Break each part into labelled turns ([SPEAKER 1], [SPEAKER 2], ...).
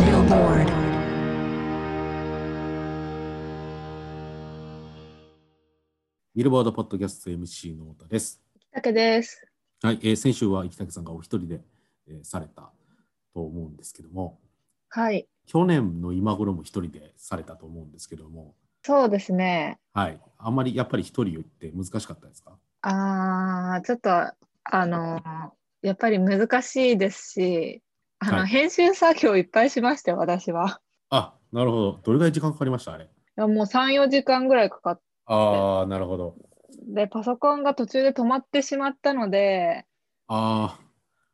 [SPEAKER 1] Lord.
[SPEAKER 2] 「ビルボードポッドキャスト MC の太田です。
[SPEAKER 3] だけです。
[SPEAKER 2] はい、えー先週は生田さんがお一人で、えーされたと思うんですけども、
[SPEAKER 3] はい。
[SPEAKER 2] 去年の今頃も一人でされたと思うんですけども、
[SPEAKER 3] そうですね。
[SPEAKER 2] はい、あんまりやっぱり一人って難しかったですか
[SPEAKER 3] あーちょっと、あのやっぱり難しいですし、あの、
[SPEAKER 2] はい
[SPEAKER 3] 編集作業いっぱいしましたよ、私は。
[SPEAKER 2] あなるほど。どれぐらい時間かかりましたあれ。
[SPEAKER 3] いやもう3、4時間ぐらいかかって、
[SPEAKER 2] ああ、なるほど。
[SPEAKER 3] でパソコンが途中で止まってしまったので、
[SPEAKER 2] ああ、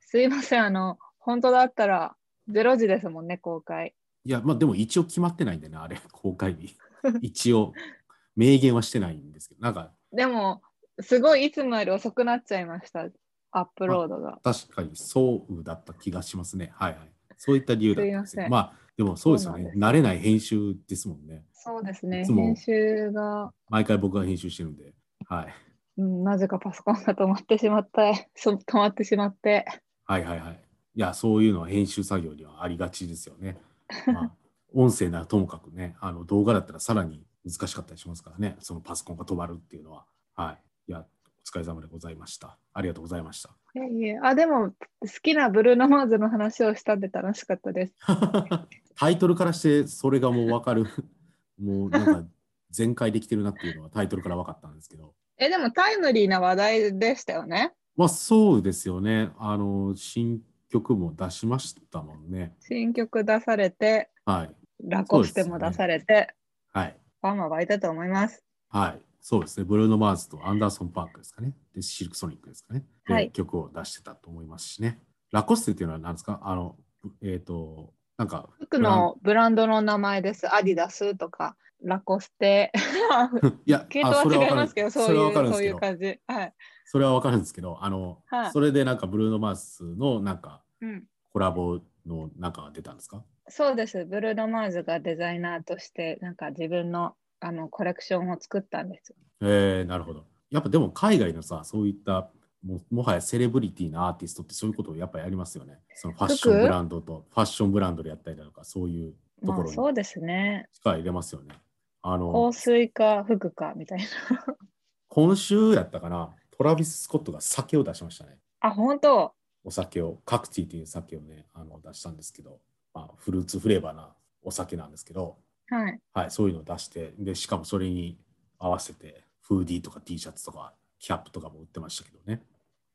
[SPEAKER 3] すいません、あの、本当だったら0時ですもんね、公開。
[SPEAKER 2] いや、まあでも一応決まってないんでね、あれ、 公開日。一応、明言はしてないんですけど、なんか
[SPEAKER 3] でも、すごいいつもより遅くなっちゃいました、アップロードが。
[SPEAKER 2] 確かにそうだった気がしますね。はいはい。そういった理由だったんですけ
[SPEAKER 3] す
[SPEAKER 2] ど
[SPEAKER 3] い
[SPEAKER 2] ま
[SPEAKER 3] ま
[SPEAKER 2] あ、でもそうですよ
[SPEAKER 3] そう
[SPEAKER 2] ね
[SPEAKER 3] なん。です
[SPEAKER 2] 慣れない編集ですもんね。
[SPEAKER 3] そうですね、
[SPEAKER 2] いつも
[SPEAKER 3] 編集が
[SPEAKER 2] 毎回僕が編集してるんで。はい。
[SPEAKER 3] うん、なぜかパソコンが止まってしまって、 そ止まってしまって、
[SPEAKER 2] はいはいはい。いや、そういうのは編集作業にはありがちですよね。ま あ、音声ならともかくね、あの動画だったらさらに難しかったりしますからね。そのパソコンが止まるっていうのは。はい。いや、お疲れ様でございました。ありがとうございました。
[SPEAKER 3] いやいやあ、でも、好きなブルーノ・マーズの話をしたんで楽しかったです。
[SPEAKER 2] タイトルからしてそれがもう分かる もうなんか全開できてるなっていうのはタイトルから分かったんですけど
[SPEAKER 3] え、でもタイムリーな話題でしたよね。
[SPEAKER 2] まあそうですよねあの新曲も出しましたもんね
[SPEAKER 3] 新曲出されて、
[SPEAKER 2] はい
[SPEAKER 3] ラコステも出されて、
[SPEAKER 2] はい
[SPEAKER 3] ファンは湧いたと思います。
[SPEAKER 2] はいそうですねブルーノ・マーズとアンダーソン・パークですかねでシルク・ソニックですかねで、
[SPEAKER 3] はい
[SPEAKER 2] 曲を出してたと思いますしねラコステっていうのは何ですかあのえっ、となんか
[SPEAKER 3] 服のブランドの名前です。アディダスとか、ラコス テ。
[SPEAKER 2] いや
[SPEAKER 3] 系
[SPEAKER 2] あそ
[SPEAKER 3] 統
[SPEAKER 2] れは
[SPEAKER 3] は違
[SPEAKER 2] 分
[SPEAKER 3] い
[SPEAKER 2] かる
[SPEAKER 3] ますけど、
[SPEAKER 2] そ
[SPEAKER 3] そう
[SPEAKER 2] れは
[SPEAKER 3] い
[SPEAKER 2] 分
[SPEAKER 3] う
[SPEAKER 2] かるんで
[SPEAKER 3] そ
[SPEAKER 2] す
[SPEAKER 3] う
[SPEAKER 2] け
[SPEAKER 3] い
[SPEAKER 2] ど
[SPEAKER 3] う感じ。はい。
[SPEAKER 2] それは分かるんですけど、あの、
[SPEAKER 3] はい
[SPEAKER 2] それでなんかブルーノ・マースのなんか
[SPEAKER 3] うん、
[SPEAKER 2] コラボの中が出たんですか
[SPEAKER 3] そうです。ブルーノ・マーズがデザイナーとして、なんか自分のあのコレクションを作ったんですよ。
[SPEAKER 2] えー、なるほど。やっぱでも海外のさ、そういったももはやセレブリティなアーティストってそういうことをやっぱやりますよね。そのファッション
[SPEAKER 3] 服
[SPEAKER 2] ブランドとファッションブランドでやったりだとか、そういうとこ
[SPEAKER 3] まあ、
[SPEAKER 2] ろに
[SPEAKER 3] そうですね。
[SPEAKER 2] 力入れますよね。あの
[SPEAKER 3] 香、水か服かみたいな。
[SPEAKER 2] 今週やったかな、トラビス・スコットが酒を出しましたね。
[SPEAKER 3] あ、本当
[SPEAKER 2] お酒を、カクティという酒をね、あの出したんですけど、まあ、フルーツフレーバーなお酒なんですけど、
[SPEAKER 3] はい。
[SPEAKER 2] はい、そういうのを出して、で、しかもそれに合わせて、フーディーとか T シャツとか、キャップとかも売ってましたけどね。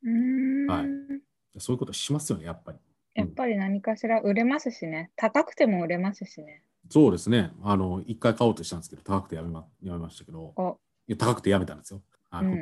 [SPEAKER 3] うーん、
[SPEAKER 2] はいそういうことしますよね、やっぱり。
[SPEAKER 3] やっぱり何かしら売れますしね。高くても売れますしね。
[SPEAKER 2] そうですね。あの、一回買おうとしたんですけど、高くてやめまやめましたけど、
[SPEAKER 3] お
[SPEAKER 2] いや高くてやめたんですよ。あ
[SPEAKER 3] う
[SPEAKER 2] の、
[SPEAKER 3] ん、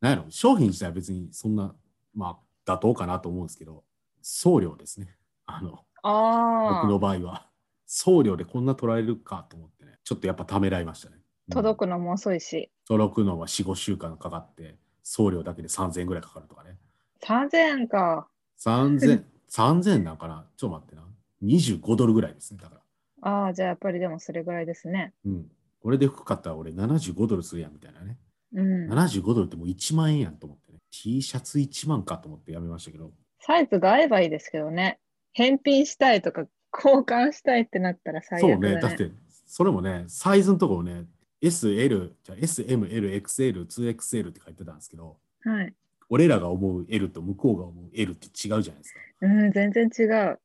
[SPEAKER 2] なんやろ、商品自体は別にそんな、まあ、妥当かなと思うんですけど、送料ですね。あの、僕
[SPEAKER 3] あ
[SPEAKER 2] の場合は、送料でこんな取られるかと思ってね、ちょっとやっぱためらいましたね。
[SPEAKER 3] あ、
[SPEAKER 2] うん
[SPEAKER 3] 届くのも遅いし。
[SPEAKER 2] 届くのは4、5週間かかって、送料だけで3000円ぐらいかかるとかね。
[SPEAKER 3] 3000円か。
[SPEAKER 2] 3000、3000なんかなちょっと待ってな。25ドルぐらいですね、だから。
[SPEAKER 3] ああ、じゃあやっぱりでもそれぐらいですね。
[SPEAKER 2] うん。これで服買ったら俺75ドルするやんみたいなね。
[SPEAKER 3] うん。
[SPEAKER 2] 75ドルってもう1万円やんと思ってね。T シャツ1万かと思ってやめましたけど。
[SPEAKER 3] サイズが合えばいいですけどね。返品したいとか、交換したいってなったら最
[SPEAKER 2] そう
[SPEAKER 3] 悪だ
[SPEAKER 2] ね。
[SPEAKER 3] ね。
[SPEAKER 2] だって、それもね、サイズのところね、SL、じゃあ SML、XL、2XL って書いてたんですけど、
[SPEAKER 3] はい。
[SPEAKER 2] 俺らが思う L と向こうが思う L って違うじゃないですか。
[SPEAKER 3] うん、全然違う。
[SPEAKER 2] いや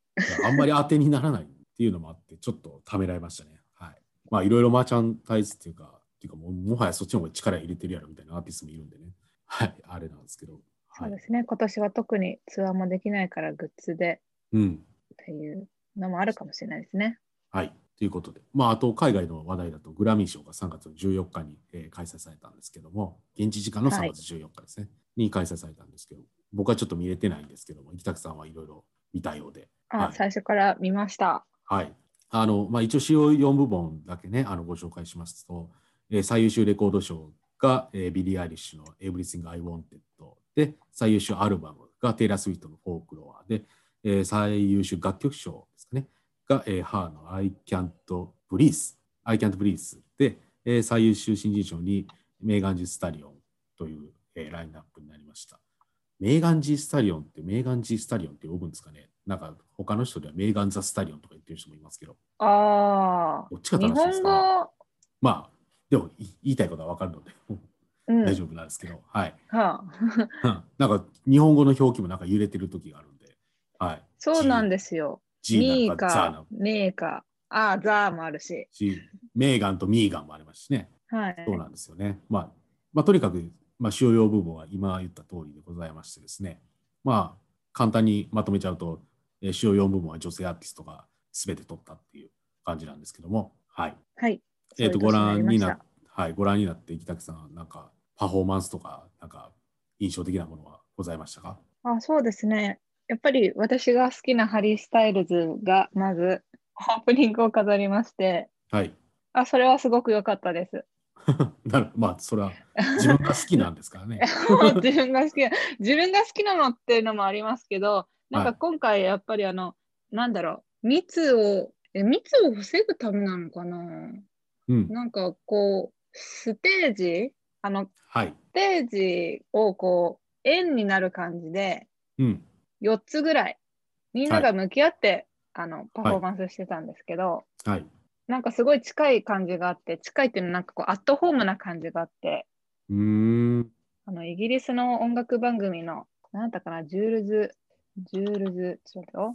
[SPEAKER 2] あんまり当てにならないっていうのもあって、ちょっとためらいましたね。はい。まあ、いろいろマーチャンタイズっていうか、っていうかもう、もはやそっちの方が力入れてるやろみたいなアーティストもいるんでね。はい、あれなんですけど。
[SPEAKER 3] そ
[SPEAKER 2] は
[SPEAKER 3] う
[SPEAKER 2] い
[SPEAKER 3] で。すね。今年は特にツアーもできないから、グッズで
[SPEAKER 2] うん。
[SPEAKER 3] っていうのもあるかもしれないですね。
[SPEAKER 2] はい。ということで、まあ、あと海外の話題だと、グラミー賞が3月の14日に、えー開催されたんですけども、現地時間の
[SPEAKER 3] は
[SPEAKER 2] 3
[SPEAKER 3] い
[SPEAKER 2] 月14日ですね、に開催されたんですけど、僕はちょっと見れてないんですけども、生田さんはいろいろ見たようで、
[SPEAKER 3] あ、
[SPEAKER 2] はい
[SPEAKER 3] 最初から見ました。
[SPEAKER 2] はい。あの、まあ、一応主要4部門だけね、あの、ご紹介しますと、えー最優秀レコード賞が、えービリー・アイリッシュの Everything I Wanted で、最優秀アルバムがテイラー・スウィットのフォークロアで、えー最優秀楽曲賞ですかね、が、えー、ハーの I Can't Breathe、I Can't Breathe で、えー最優秀新人賞にメーガン・ジュ・スタリオンという、えーラインナップになりました。メーガン・ジー・スタリオンってメーガン・ジー・スタリオンって呼ぶんですかねなんか他の人ではメーガン・ザ・スタリオンとか言ってる人もいますけど、
[SPEAKER 3] あ
[SPEAKER 2] どっち
[SPEAKER 3] あ、
[SPEAKER 2] が
[SPEAKER 3] 日
[SPEAKER 2] 正しいです
[SPEAKER 3] 本
[SPEAKER 2] か、ね、
[SPEAKER 3] 語、
[SPEAKER 2] まあ、でもい言いたいことはわかるので
[SPEAKER 3] うん、
[SPEAKER 2] 大丈夫なんですけど、はい。
[SPEAKER 3] はあ、
[SPEAKER 2] うんなんか日本語の表記もなんか揺れてる時があるんで、はい。
[SPEAKER 3] そうなんですよ。
[SPEAKER 2] G
[SPEAKER 3] ミ
[SPEAKER 2] な
[SPEAKER 3] ー
[SPEAKER 2] んかザーな
[SPEAKER 3] か、メーか、ああ、ザーもあるし。
[SPEAKER 2] し、メーガンとミーガンもありますしね。
[SPEAKER 3] はい。
[SPEAKER 2] そうなんですよね。まあ、まあ、とにかく、まあ、使用用部分は今言った通りでございましてですね。まあ、簡単にまとめちゃうと、えー使用用部分は女性アーティストが全て取ったっていう感じなんですけども、はい。
[SPEAKER 3] はい。
[SPEAKER 2] えっ、と、ご覧にな
[SPEAKER 3] た。
[SPEAKER 2] はい、ご覧になって、北木さん、なんか、パフォーマンスとか、なんか、印象的なものはございましたか
[SPEAKER 3] あそうですね。やっぱり私が好きなハリー・スタイルズがまずオープニングを飾りまして、
[SPEAKER 2] はい。
[SPEAKER 3] あそれはすごく良かったです。
[SPEAKER 2] なるまあ、それは自分が好きなんですからね。
[SPEAKER 3] もう 自分が好きな自分が好きなのっていうのもありますけどなん
[SPEAKER 2] は
[SPEAKER 3] か
[SPEAKER 2] い
[SPEAKER 3] 今回やっぱりあの、なんだろう密をえ密を防ぐためなのかな
[SPEAKER 2] うん。
[SPEAKER 3] なんかこうステージあの
[SPEAKER 2] はい。
[SPEAKER 3] ステージをこう円になる感じで
[SPEAKER 2] うん。
[SPEAKER 3] 4つぐらいみんなが向き合って、あのパフォーマンスしてたんですけど、
[SPEAKER 2] はい。
[SPEAKER 3] なんかすごい近い感じがあって近いっていうのはなんかこうアットホームな感じがあって
[SPEAKER 2] うーん。
[SPEAKER 3] あのイギリスの音楽番組の、何だったかな、ジュールズ、ジュールズ、ちょっと待ってよ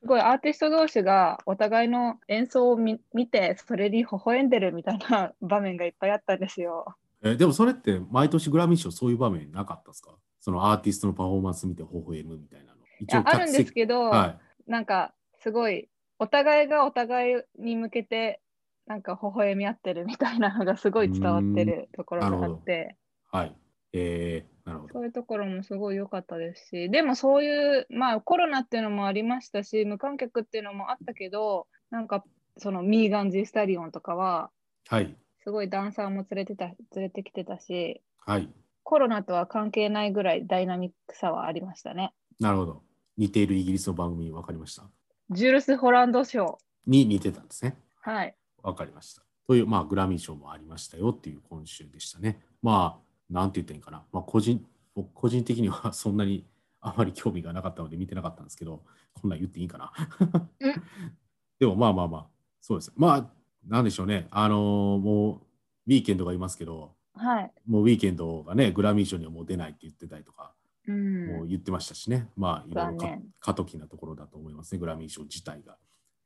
[SPEAKER 3] すごいアーティスト同士がお互いの演奏を見見て、それに微笑んでるみたいな場面がいっぱいあったんですよ。
[SPEAKER 2] えーでもそれって毎年グラミー賞そういう場面なかったですかそのアーティストのパフォーマンス見て微笑むみたいなの。
[SPEAKER 3] いやあるんです
[SPEAKER 2] ど、
[SPEAKER 3] けど、
[SPEAKER 2] は
[SPEAKER 3] なんかすごいお互いがお互いに向けて、なんか微笑み合ってるみたいなのがすごい伝わってるところがあって、
[SPEAKER 2] い。はい。えー、なるほど
[SPEAKER 3] そ。ういうところもすごい良かったですし、でもそういう、まあコロナっていうのもありましたし、無観客っていうのもあったけど、なんかそのミーガン・ジー・スタリオンとかは、
[SPEAKER 2] はい。
[SPEAKER 3] すごいダンサーも連れてた連れてきてたし、
[SPEAKER 2] はい。
[SPEAKER 3] コロナとは関係ないぐらいダイナミックさはありましたね。
[SPEAKER 2] なるほど。似ているイギリスの番組分かりました。
[SPEAKER 3] ジュルス・ホランド賞。
[SPEAKER 2] に似てたんですね。
[SPEAKER 3] はい。
[SPEAKER 2] わかりました。という、まあ、グラミー賞もありましたよっていう今週でしたね。まあ、なんて言ったらいいんかな。まあ、個人、僕個人的には そんなにあまり興味がなかったので見てなかったんですけど、こんなん言っていいかな。
[SPEAKER 3] うん
[SPEAKER 2] でも、まあまあまあ、そうです。まあ、なんでしょうね。あのーもう、ウィーケンドがいますけど、
[SPEAKER 3] はい。
[SPEAKER 2] もうウィーケンドがね、グラミー賞にはもう出ないって言ってたりとか、
[SPEAKER 3] う。
[SPEAKER 2] もうん言ってましたしね、まあ、いろいろか
[SPEAKER 3] 残念
[SPEAKER 2] 過渡期なところだと思いますね、グラミー賞自体が。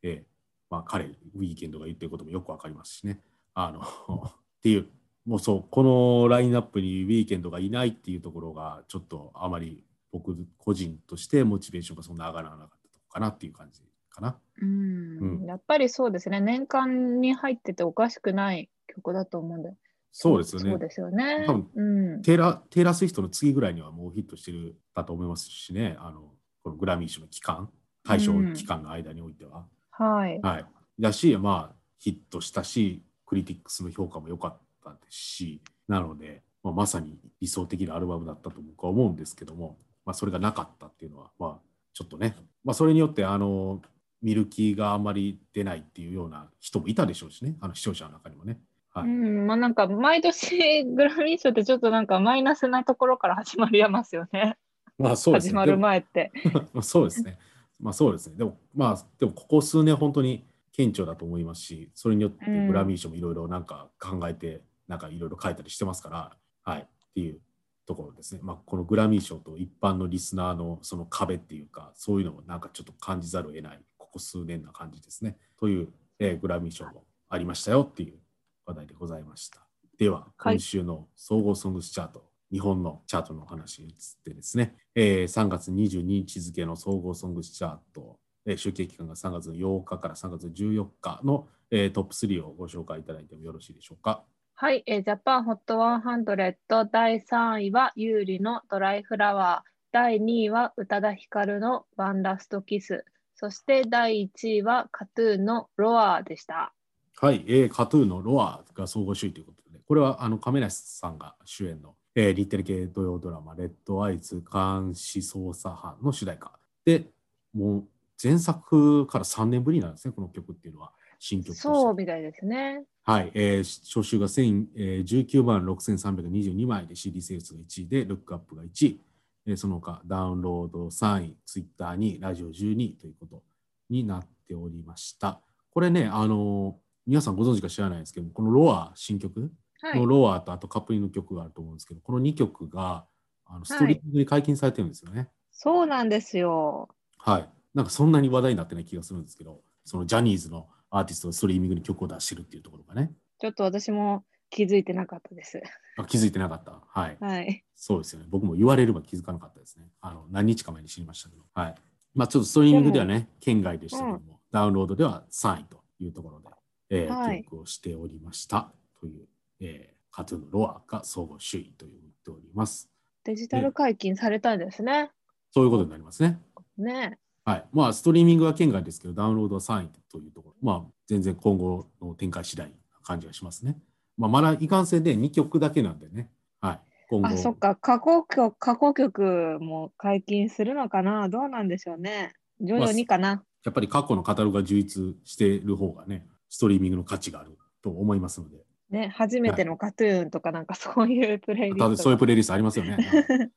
[SPEAKER 2] ええまあ、彼、ウィーケンドが言ってることもよくわかりますしね。あの っていう、もうそう、このラインナップにウィーケンドがいないっていうところが、ちょっとあまり僕個人としてモチベーションがそんな上がらなかったとこかなっていう感じかな。
[SPEAKER 3] うん
[SPEAKER 2] うん
[SPEAKER 3] やっぱりそうですね。年間に入ってておかしくない曲だと思うんで。
[SPEAKER 2] そうですよね。
[SPEAKER 3] そうですよね
[SPEAKER 2] 多分。
[SPEAKER 3] うん。
[SPEAKER 2] テイラテイラー・スウィフトの次ぐらいにはもうヒットしてるだと思いますしね、あのこのグラミー賞の期間、対象期間の間においては。
[SPEAKER 3] はい。
[SPEAKER 2] はい、だし、まあ、ヒットしたし、クリティックスの評価も良かったですし、なので、まあ、まさに理想的なアルバムだったと僕は思うんですけども、まあ、それがなかったっていうのは、まあ、ちょっとね、まあ、それによって、あの、ミルキーがあんまり出ないっていうような人もいたでしょうしね、あの視聴者の中にもね。は
[SPEAKER 3] う
[SPEAKER 2] い、
[SPEAKER 3] ん、まあなんか毎年グラミー賞ってちょっとなんかマイナスなところから始まりやますよね。
[SPEAKER 2] まあ、そうです
[SPEAKER 3] 始
[SPEAKER 2] ね。
[SPEAKER 3] まる前って。
[SPEAKER 2] まあそうですね。まあそうですね。でも、まあ、でもここ数年本当に顕著だと思いますし、それによって
[SPEAKER 3] うん
[SPEAKER 2] グラミー賞もいろいろなんか考えて、なんかいろいろ書いたりしてますから、はい、っていうところですね。まあこのグラミー賞と一般のリスナーのその壁っていうか、そういうのもなんかちょっと感じざるを得ない、ここ数年な感じですね。という、えーグラミー賞もありましたよっていう話題でございました。では、
[SPEAKER 3] はい
[SPEAKER 2] 今週の総合ソングスチャート、日本のチャートの話に移ってですね、えー3月22日付の総合ソングスチャート、えー集計期間が3月の8日から3月の14日の、えートップ3をご紹介いただいてもよろしいでしょうか。
[SPEAKER 3] はい、えージャパンホット100第3位はユーリのドライフラワー、第2位は宇多田ヒカルのワンラストキス、そして第1位はカトゥーンのロアーでした。
[SPEAKER 2] はい、えー、カトゥーのロアが総合首位ということで、これはあの亀梨さんが主演の、えー、日テレ系土曜ドラマ、レッドアイズ監視捜査班の主題歌。で、もう前作から3年ぶりなんですね、この曲っていうのは、新曲として。
[SPEAKER 3] そうみたいですね。
[SPEAKER 2] はい、えー、初週が1000えー19万6322枚で CD セールスが1位で、ルックアップが1位、えーその他ダウンロード3位、ツイッターにラジオ12位ということになっておりました。これね、あの皆さんご存知か知らないですけど、このロア新曲
[SPEAKER 3] はい
[SPEAKER 2] の。ロアとあとカップリングの曲があると思うんですけど、この2曲があのストリーミングに解禁されてるんですよね。
[SPEAKER 3] そうなんですよ。
[SPEAKER 2] はい。なんかそんなに話題になってない気がするんですけど、そのジャニーズのアーティストがストリーミングに曲を出してるっていうところがね、
[SPEAKER 3] ちょっと私も気づいてなかったです。
[SPEAKER 2] あ気づいてなかった。はい。
[SPEAKER 3] はい。
[SPEAKER 2] そうですよね。僕も言われれば気づかなかったですね。あの何日か前に知りましたけど。はい。まあちょっとストリーミングではね、県外でしたけども、ダウンロードでは3位というところで、えー
[SPEAKER 3] はい
[SPEAKER 2] 記録をしておりましたという、えー、カトゥーンのロアが総合首位と言っております。
[SPEAKER 3] デジタル解禁されたんですね。
[SPEAKER 2] そういうことになりますね。
[SPEAKER 3] ね。
[SPEAKER 2] はい。まあストリーミングは県外ですけど、ダウンロードは3位というところ、まあ全然今後の展開次第な感じがしますね。まあまだいかんせんで2曲だけなんでね。はい。今後
[SPEAKER 3] あ、そっか。過去曲、過去曲も解禁するのかなどうなんでしょうね。徐々にかな。
[SPEAKER 2] やっぱり過去のカタログが充実している方がね、ストリーミングの価値があると思いますので、
[SPEAKER 3] ね。初めてのカトゥーンとかなんかそういうプレイリス
[SPEAKER 2] た
[SPEAKER 3] ト
[SPEAKER 2] だ
[SPEAKER 3] が。
[SPEAKER 2] そういうプレイリストありますよ ね。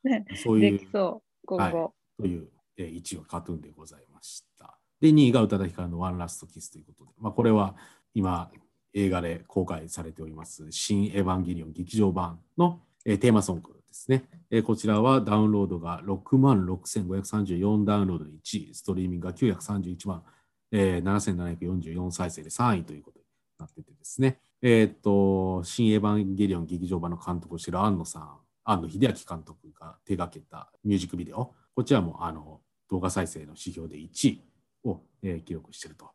[SPEAKER 3] ね
[SPEAKER 2] そうい
[SPEAKER 3] で
[SPEAKER 2] う
[SPEAKER 3] き、そう。今後。
[SPEAKER 2] という、えー1位はカトゥーンでございました。で、2位が宇多田ヒカルのワンラストキスということで、まあ、これは今、映画で公開されております、新エヴァンゲリオン劇場版の、えーテーマソングですね、えーこちらはダウンロードが6万6534ダウンロードで1位、ストリーミングが931万、えー7744再生で3位ということになっててですね、えーっと、新エヴァンゲリオン劇場版の監督をしている庵野さん、庵野秀明監督が手掛けたミュージックビデオ、こちらもあの動画再生の指標で1位を、えー記録していると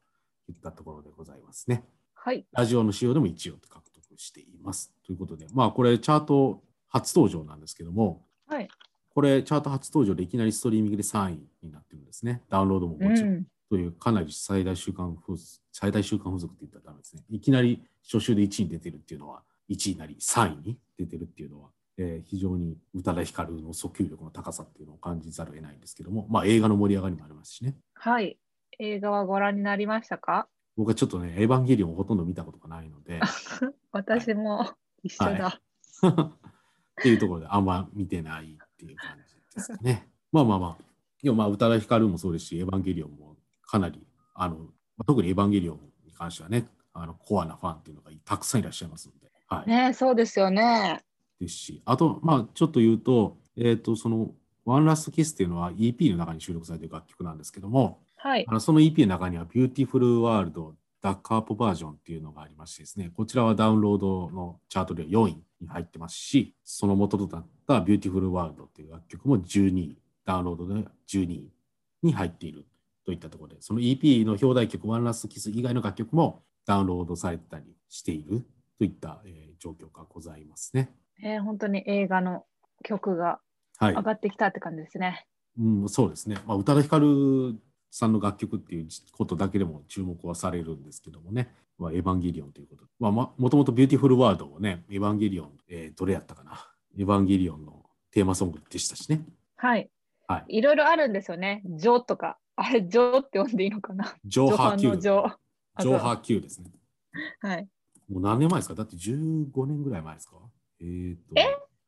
[SPEAKER 2] いったところでございますね。
[SPEAKER 3] はい。
[SPEAKER 2] ラジオの仕様でも1位を獲得しています。ということで、まあこれチャート初登場なんですけども、
[SPEAKER 3] はい。
[SPEAKER 2] これチャート初登場でいきなりストリーミングで3位になってるんですね。ダウンロードももち
[SPEAKER 3] う
[SPEAKER 2] ろん。
[SPEAKER 3] ん。
[SPEAKER 2] というかなり最大週間風俗最大週間風俗って言ったらダメですね。いきなり初週で1位に出てるっていうのは、1位なり3位に出てるっていうのは、えー非常に宇多田ヒカルの訴求力の高さっていうのを感じざるを得ないんですけども、まあ映画の盛り上がりもありますしね。
[SPEAKER 3] はい。映画はご覧になりましたか
[SPEAKER 2] 僕はちょっとね、エヴァンゲリオンをほとんど見たことがないので、
[SPEAKER 3] 私も一緒だ。
[SPEAKER 2] っていうところであんま見てないっていう感じですかね。まあまあまあ、でもまあ宇多田ヒカルもそうですし、エヴァンゲリオンもかなり、あの特にエヴァンゲリオンに関してはね、あのコアなファンっていうのがたくさんいらっしゃいますので、はい
[SPEAKER 3] ねそうですよね。
[SPEAKER 2] ですし、あと、まあちょっと言うと、えっ、と、その、ワンラストキスっていうのは EP の中に収録されている楽曲なんですけども、
[SPEAKER 3] はい
[SPEAKER 2] あ。のその EP の中には Beautiful World ダッカーポバージョンっていうのがありましてですね、こちらはダウンロードのチャートでは4位に入ってますし、その元となった Beautiful World っていう楽曲も12位、ダウンロードでは12位に入っているといったところで、その EP の表題曲 One Last Kiss 以外の楽曲もダウンロードされたりしているといった、えー状況がございますね。
[SPEAKER 3] えー本当に映画の曲が
[SPEAKER 2] はい
[SPEAKER 3] 上。がってきたって感じですね。
[SPEAKER 2] うん、そうですね、まあ、宇多田ヒカルさんの楽曲っていうことだけでも注目はされるんですけどもね、まあ、エヴァンゲリオンということ、まあ、まもともと「ビューティフルワード」をね、エヴァンゲリオン、えーどれやったかな、エヴァンゲリオンのテーマソングでしたしね、
[SPEAKER 3] はい。。
[SPEAKER 2] はい
[SPEAKER 3] ろいろあるんですよね。ジョーとか。あれ、ジョーって呼んでいいのかな。
[SPEAKER 2] ジョーハー
[SPEAKER 3] ジョーハンの
[SPEAKER 2] Q、
[SPEAKER 3] ジョーあ
[SPEAKER 2] ジョーハー Q ですね。
[SPEAKER 3] はい。
[SPEAKER 2] もう何年前ですかだって15年ぐらい前ですかえー、と
[SPEAKER 3] え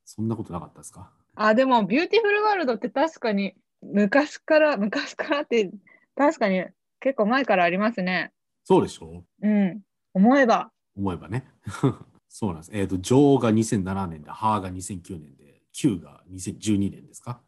[SPEAKER 2] そんなことなかったですか
[SPEAKER 3] あ、でも、ビューティフルワールドって確かに昔から、昔からって、確かに結構前からありますね。
[SPEAKER 2] そうでしょ
[SPEAKER 3] うん。思えば。
[SPEAKER 2] 思えばね。 そうなんです。えっ、と、ジョーが2007年で、ハーが2009年で、Q が2012年ですか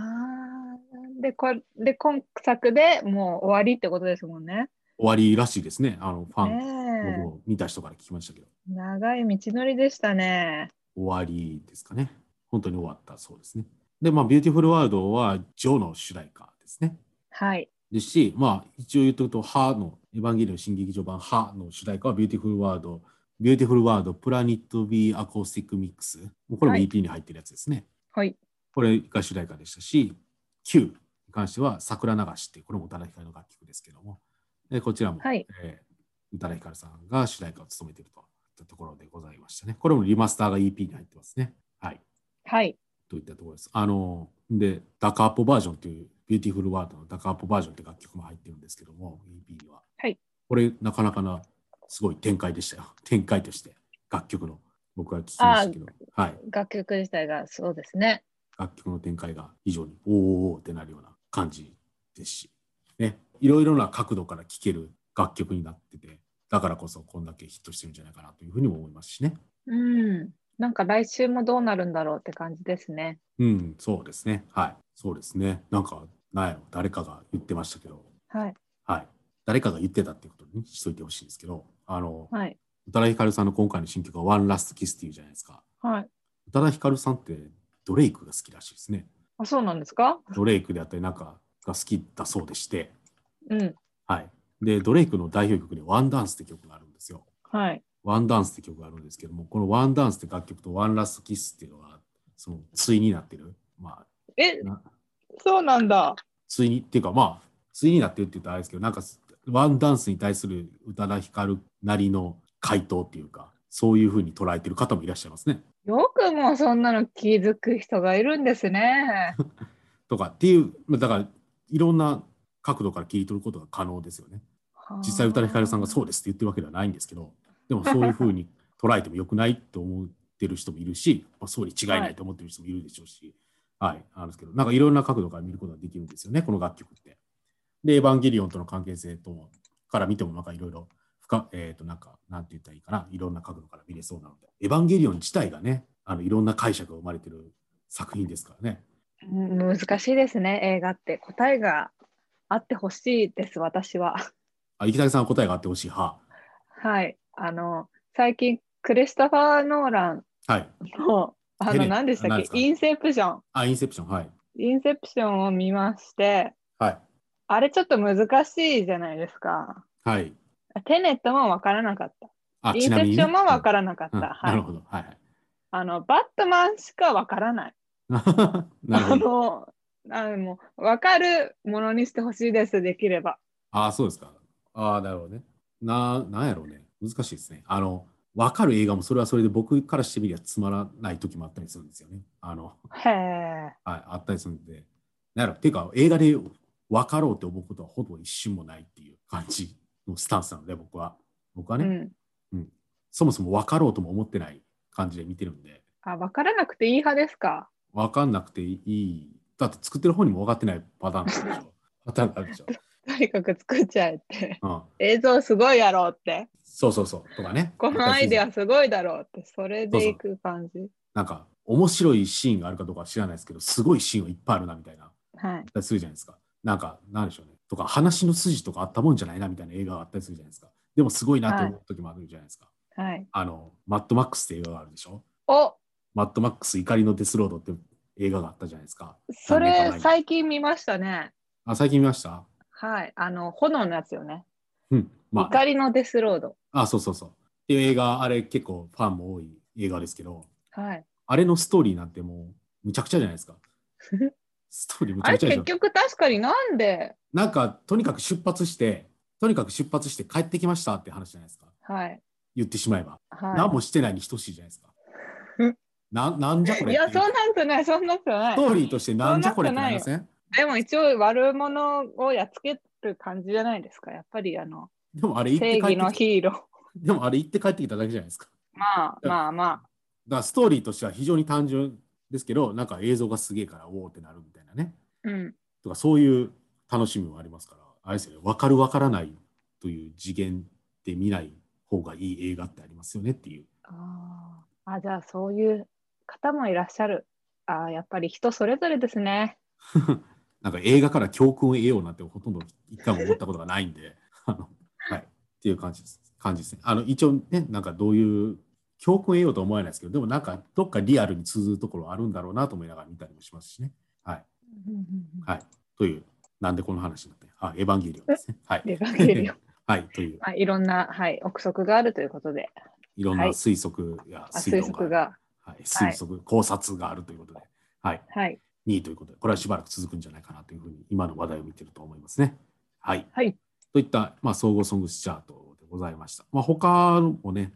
[SPEAKER 3] はあ。で、これ、で、今作でもう終わりってことですもんね。
[SPEAKER 2] 終わりらしいですね。あのファン、
[SPEAKER 3] ね
[SPEAKER 2] 僕も見た人から聞きましたけど、
[SPEAKER 3] え長い道のりでしたね。
[SPEAKER 2] 終わりですかね。本当に終わったそうですね。で、まあ、ビューティフルワールドはジョーの主題歌ですね。
[SPEAKER 3] はい。
[SPEAKER 2] ですし、まあ、一応言っとくと、ハの、エヴァンゲリオン新劇場版ハの主題歌はビューティフルワールド、ビューティフルワールド、プラニット・ビー・アコースティック・ミックス。もうこれも
[SPEAKER 3] はい
[SPEAKER 2] EP に入ってるやつですね。
[SPEAKER 3] はい。
[SPEAKER 2] これが主題歌でしたし、Q に関しては桜流しっていう、これも宇多田ヒカルの楽曲ですけども、えこちらも、
[SPEAKER 3] はい
[SPEAKER 2] えー宇多田ヒカルさんが主題歌を務めているといったところでございましたね。これもリマスターが EP に入ってますね。はい。
[SPEAKER 3] はい。
[SPEAKER 2] といったところです。あの、で、ダカーポバージョンという、ビューティフルワールドのダカーポバージョンという楽曲も入ってるんですけども、EP には。
[SPEAKER 3] はい。
[SPEAKER 2] これ、なかなかな、すごい展開でしたよ。展開として、楽曲の。僕は聞きましたけど、はい。
[SPEAKER 3] 楽曲自体がそうですね。
[SPEAKER 2] 楽曲の展開が非常におーおーおーってなるような感じですし、ね、いろいろな角度から聴ける楽曲になってて、だからこそこんだけヒットしてるんじゃないかなというふうにも思いますしね。
[SPEAKER 3] うん。なんか来週もどうなるんだろうって感じですね。
[SPEAKER 2] うん、そうですね。はい。そうですね。なんか、なんやろ、誰かが言ってましたけど、
[SPEAKER 3] はい。
[SPEAKER 2] はい。誰かが言ってたっていうことにしといてほしいんですけど、あの、
[SPEAKER 3] はい。
[SPEAKER 2] 宇多田ヒカルさんの今回の新曲は One Last Kiss っていうじゃないですか。
[SPEAKER 3] はい。
[SPEAKER 2] 宇多田ヒカルさんってドレイクが好きらしいですね。
[SPEAKER 3] あ、そうなんですか
[SPEAKER 2] ドレイクであったりなんかが好きだそうでして、
[SPEAKER 3] うん。
[SPEAKER 2] はい。で、ドレイクの代表曲で One Dance って曲があるんですよ。
[SPEAKER 3] はい。
[SPEAKER 2] One Dance って曲があるんですけども、この One Dance って楽曲と One Last Kiss っていうのが、その、対になってる。ま
[SPEAKER 3] え
[SPEAKER 2] あ、、な
[SPEAKER 3] そうなんだ。
[SPEAKER 2] 対にっていうかまあ対になってるって言ったらあれですけどなんかワンダンスに対する宇多田ヒカルなりの回答っていうかそういうふうに捉えてる方もいらっしゃいますね。
[SPEAKER 3] よくもそんなの気づく人がいるんですね。
[SPEAKER 2] とかっていうまあだからいろんな角度から切り取ることが可能ですよね。 実際宇多田ヒカルさんがそううですって言ってるわけではないんですけどでもそういうふうに捉えてもよくないと思ってる人もいる し、まあ、そうに違いないと思ってる人もいるでしょうし、はいあるんですけどなんかいろんな角度から見ることができるんですよねこの楽曲って。で「エヴァンゲリオン」との関係性とから見てもなんかいろいろ深えっ、となんかなんて言ったらいいかないろんな角度から見れそうなので「エヴァンゲリオン」自体がねあのいろんな解釈が生まれてる作品ですからね。
[SPEAKER 3] ん難しいですね、映画って。答えがあってほしいです、私は。
[SPEAKER 2] あ池谷さんは答えがあってほしい派。
[SPEAKER 3] はい。あの、最近、クリストファー・ノーラン
[SPEAKER 2] はい。
[SPEAKER 3] の、あ
[SPEAKER 2] ヘ
[SPEAKER 3] の、
[SPEAKER 2] レン
[SPEAKER 3] 何でした
[SPEAKER 2] 何
[SPEAKER 3] っ
[SPEAKER 2] です
[SPEAKER 3] け
[SPEAKER 2] か
[SPEAKER 3] インセプション。
[SPEAKER 2] あインセプションはい。
[SPEAKER 3] インセプションを見まして、
[SPEAKER 2] はい。
[SPEAKER 3] あれちょっと難しいじゃないですか。
[SPEAKER 2] はい。
[SPEAKER 3] テネットもわからなかっ
[SPEAKER 2] あ
[SPEAKER 3] た。インセプションもわ
[SPEAKER 2] ら
[SPEAKER 3] からなかった。
[SPEAKER 2] うん
[SPEAKER 3] は
[SPEAKER 2] ないるほど。はいはい。
[SPEAKER 3] あの、バットマンしかわからない。
[SPEAKER 2] なる
[SPEAKER 3] あ
[SPEAKER 2] ほど。
[SPEAKER 3] の、あのもうわかるものにしてほしいです、できれば。
[SPEAKER 2] ああ、そうですか。ああ、なるほどね。な、なんやろうね。難しいですね。あの、わかる映画もそれはそれで僕からしてみりゃつまらない時もあったりするんですよね。あの、
[SPEAKER 3] へえ。
[SPEAKER 2] はい、あったりするんで。なんやろ。っていうか、映画でわかろうって思うことはほぼ一瞬もないっていう感じのスタンスなので、僕は。僕は
[SPEAKER 3] う
[SPEAKER 2] ね、
[SPEAKER 3] ん。
[SPEAKER 2] そもそもわかろうとも思ってない感じで見てるんで、
[SPEAKER 3] あ、わからなくていい派ですか。
[SPEAKER 2] わかんなくていい。だって作ってる方にも分かってないパターンあるでしょ。パターンあるでしょ。
[SPEAKER 3] とにかく作っちゃえって。
[SPEAKER 2] うん。
[SPEAKER 3] 映像すごいやろうって。
[SPEAKER 2] そうそうそう。とかね。
[SPEAKER 3] このアイデアすごいだろうって、それでいく感じ。
[SPEAKER 2] なんか、面白いシーンがあるかどうかは知らないですけど、すごいシーンはいっぱいあるなみたいな、だっ
[SPEAKER 3] はい。
[SPEAKER 2] たりするじゃないですか。なんか、なんでしょうね。とか、話の筋とかあったもんじゃないなみたいな映画があったりするじゃないですか。でも、すごいなって思う時もあるじゃないですか。
[SPEAKER 3] はい。
[SPEAKER 2] あの、マッドマックスって映画があるでしょ。
[SPEAKER 3] お、
[SPEAKER 2] マッドマックス怒りのデスロードって映画があったじゃないですか。
[SPEAKER 3] そ
[SPEAKER 2] 何年か前
[SPEAKER 3] れ
[SPEAKER 2] に
[SPEAKER 3] 最近見ましたね。
[SPEAKER 2] あ、最近見ました
[SPEAKER 3] はい。あの、炎のやつよね。
[SPEAKER 2] うん。まあ、
[SPEAKER 3] 怒りのデスロード。
[SPEAKER 2] あ、そうそうそう。っていう映画、あれ結構ファンも多い映画ですけど、
[SPEAKER 3] はい。
[SPEAKER 2] あれのストーリーなんてもう、むちゃくちゃじゃないですか。ストーリーむち
[SPEAKER 3] あ
[SPEAKER 2] ゃ
[SPEAKER 3] れ
[SPEAKER 2] くちゃでし
[SPEAKER 3] 結
[SPEAKER 2] ょ。
[SPEAKER 3] 局確かになんで。
[SPEAKER 2] なんかとにかく出発してとにかく出発して帰ってきましたって話じゃないですか
[SPEAKER 3] はい。
[SPEAKER 2] 言ってしまえば、何
[SPEAKER 3] は
[SPEAKER 2] もしてないに等しいじゃないですか
[SPEAKER 3] うん
[SPEAKER 2] ななんじゃこ
[SPEAKER 3] い。
[SPEAKER 2] れ
[SPEAKER 3] いや、そん
[SPEAKER 2] ス
[SPEAKER 3] なんじゃない、そんなんじゃない
[SPEAKER 2] ト。ーリーとしてなんじゃこれってなりません
[SPEAKER 3] でも一応悪者をやっつける感じじゃないですか。やっぱりあの、
[SPEAKER 2] でもあれ行って
[SPEAKER 3] 正
[SPEAKER 2] 帰
[SPEAKER 3] 義
[SPEAKER 2] っ
[SPEAKER 3] の
[SPEAKER 2] てき
[SPEAKER 3] ヒーロー。
[SPEAKER 2] でもあれ行って帰ってきただけじゃないですか
[SPEAKER 3] まあまあま
[SPEAKER 2] だからストーリーとしては非常に単純ですけどなんか映像がすげえからおおってなるみたいなね
[SPEAKER 3] あ。うん。
[SPEAKER 2] とかそういう楽しみもありますからあれですよね分かる分からないという次元で見ない方がいい映画ってありますよねっていう
[SPEAKER 3] あーあ、じゃあそういう方もいらっしゃる。ああ、やっぱり人それぞれですね。
[SPEAKER 2] なんか映画から教訓を得ようなんてほとんど一回も思ったことがないんで、 あのはい、っていう感じです。感じですね。あの一応ね、なんかどういう教訓を得ようとは思えないですけど、でもなんかどっかリアルに通ずるところあるんだろうなと思いながら見たりもしますしね。はい。はい、という、なんでこの話になって、あ、エヴァンゲリオンですね。はい。
[SPEAKER 3] 出かけるよ。
[SPEAKER 2] はい、という、
[SPEAKER 3] まあ、いろんな、はい、憶測があるということで、
[SPEAKER 2] いろんな推測や
[SPEAKER 3] あ
[SPEAKER 2] 推
[SPEAKER 3] 推
[SPEAKER 2] 論
[SPEAKER 3] 測
[SPEAKER 2] がある、
[SPEAKER 3] が、
[SPEAKER 2] はい、推測、考察があるということで、はい、
[SPEAKER 3] はい、
[SPEAKER 2] 2位ということで、これはしばらく続くんじゃないかなというふうに、今の話題を見てると思いますね。はい。
[SPEAKER 3] はい、
[SPEAKER 2] といった、まあ、総合ソングスチャートでございました。まあ、他もね、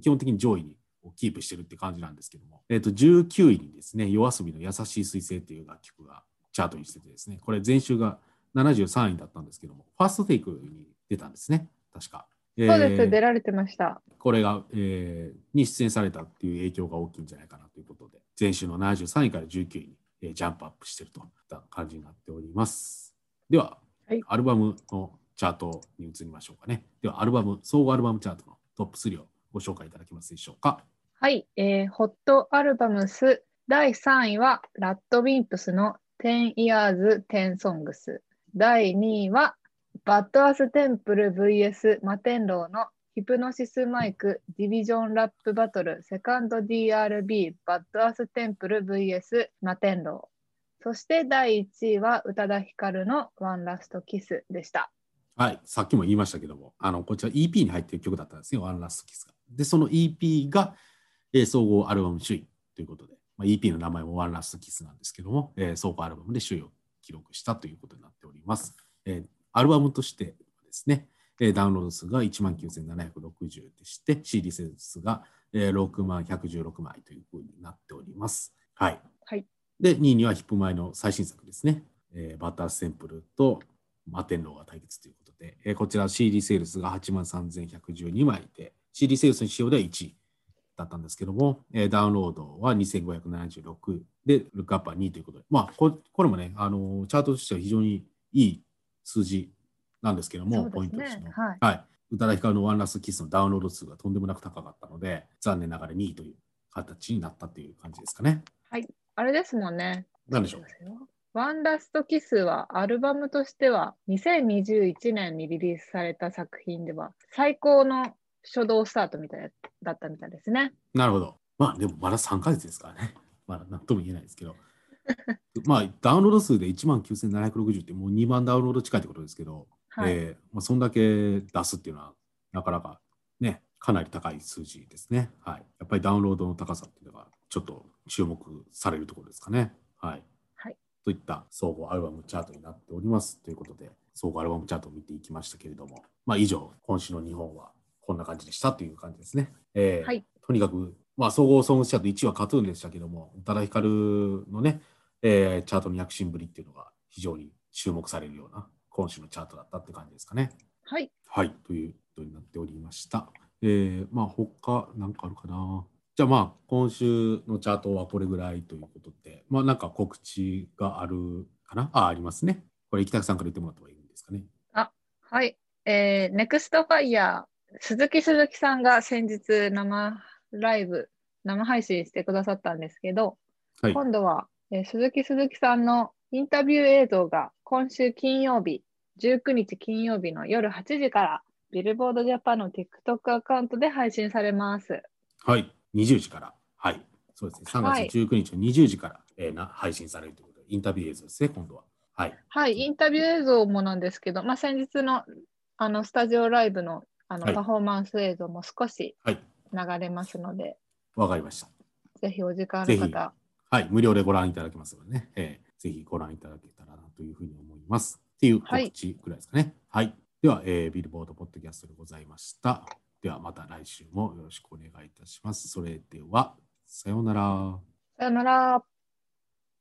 [SPEAKER 2] 基本的に上位にキープしてるって感じなんですけども、えっと19位にですね、夜遊びの優しい彗星っていう楽曲がチャートにしててですね、これ前週が73位だったんですけども、ファーストテイクに出たんですね、確か。
[SPEAKER 3] そうです、
[SPEAKER 2] えー
[SPEAKER 3] 出られてました。
[SPEAKER 2] これが、えーに出演されたっていう影響が大きいんじゃないかなということで、前週の73位から19位にえージャンプアップしてるといった感じになっております。では、
[SPEAKER 3] はい
[SPEAKER 2] アルバムのチャートに移りましょうかね。では、アルバム、総合アルバムチャートのトップ3をご紹介いただけますでしょうか。
[SPEAKER 3] はい、えーホットアルバムス第3位はラッドウィンプスの10 Years 10 Songs 第2位はバッドアステンプル VS マテンローのヒプノシスマイクディビジョンラップバトルセカンド DRB バッドアステンプル VS マテンローそして第1位は宇多田ヒカルのワンラストキスでした。
[SPEAKER 2] はい、さっきも言いましたけども、あのこちら EP に入っている曲だったんですね、ワンラストキスが。で、その EP が、えー総合アルバム首位ということで、まあ、EP の名前もワンラストキスなんですけども、えー総合アルバムで首位を記録したということになっております。えーアルバムとしてですね、えーダウンロード数が19,760でして、CD セールスが、えー、6万116枚というふうになっております。はい。
[SPEAKER 3] はい
[SPEAKER 2] で、2位にはヒップマイの最新作ですね、えーバターセンプルとマテンローが対決ということで、えーこちら CD セールスが8万3112枚で、CD セールスの仕様では1位だったんですけども、えーダウンロードは2576で、ルックアップは2位ということで、まあ、ここれもね、あのーチャートとしては非常にいい数字なんですけども、
[SPEAKER 3] そう
[SPEAKER 2] ポイン
[SPEAKER 3] で
[SPEAKER 2] ト
[SPEAKER 3] す
[SPEAKER 2] として
[SPEAKER 3] ね
[SPEAKER 2] の。。
[SPEAKER 3] はい。
[SPEAKER 2] はい。宇多田ヒカルのワンラストキスのダウンロード数がとんでもなく高かったので、残念ながら2位という形になったという感じですかね。
[SPEAKER 3] あれですもんね。
[SPEAKER 2] なんでしょう
[SPEAKER 3] ワンラストキスはアルバムとしては2021年にリリースされた作品では最高の初動スタートみたいだったみたいですね。
[SPEAKER 2] なるほど。まあでもまだ3ヶ月ですからね。 まだ何とも言えないですけど。まあダウンロード数で1万9760ってもう2万ダウンロード近いってことですけど、
[SPEAKER 3] はい。
[SPEAKER 2] えーまあ、そんだけ出すっていうのはなかなかね、かなり高い数字ですね。はい。やっぱりダウンロードの高さっていうのがちょっと注目されるところですかね。はい。
[SPEAKER 3] はい
[SPEAKER 2] といった総合アルバムチャートになっておりますということで、総合アルバムチャートを見ていきましたけれども、まあ以上、今週の日本はこんな感じでしたという感じですね。えー
[SPEAKER 3] はい
[SPEAKER 2] とにかく、まあ、総合ソングチャート1位はカトゥーンでしたけども、宇多田ヒカルのね、えーチャートの躍進ぶりっていうのが非常に注目されるような今週のチャートだったって感じですかね。
[SPEAKER 3] はい。
[SPEAKER 2] はい、ということになっておりました。えー、まあ他なんかあるかな。じゃあまあ今週のチャートはこれぐらいということで、まあなんか告知があるかなあ、ありますね。これ、北さんから言ってもらった方がいいんですかね。
[SPEAKER 3] はい。えー、ネクストファイヤー、鈴木鈴木さんが先日生ライブ、生配信してくださったんですけど、
[SPEAKER 2] はい。
[SPEAKER 3] 今度は、えー鈴木鈴木さんのインタビュー映像が今週金曜日、19日金曜日の夜8時から、ビルボードジャパンの TikTok アカウントで配信されます。
[SPEAKER 2] はい、20時から。はい、そうですね。
[SPEAKER 3] は
[SPEAKER 2] 3
[SPEAKER 3] い
[SPEAKER 2] 月19日の20時から、えーな配信されるということで、インタビュー映像ですね、今度は。はい。
[SPEAKER 3] はい、インタビュー映像もなんですけど、まあ、先日のあのスタジオライブのあの
[SPEAKER 2] はい
[SPEAKER 3] パフォーマンス映像も少し
[SPEAKER 2] はい
[SPEAKER 3] 流れますので、
[SPEAKER 2] わかりました。
[SPEAKER 3] ぜひお時間ある
[SPEAKER 2] ぜひ
[SPEAKER 3] 方、
[SPEAKER 2] はい、無料でご覧いただけますのでね、えーぜひご覧いただけたらなというふうに思います。っていう告知くらいですかね。はい。では、えービルボードポッドキャストでございました。では、また来週もよろしくお願いいたします。それでは、さようなら。
[SPEAKER 3] さよなら。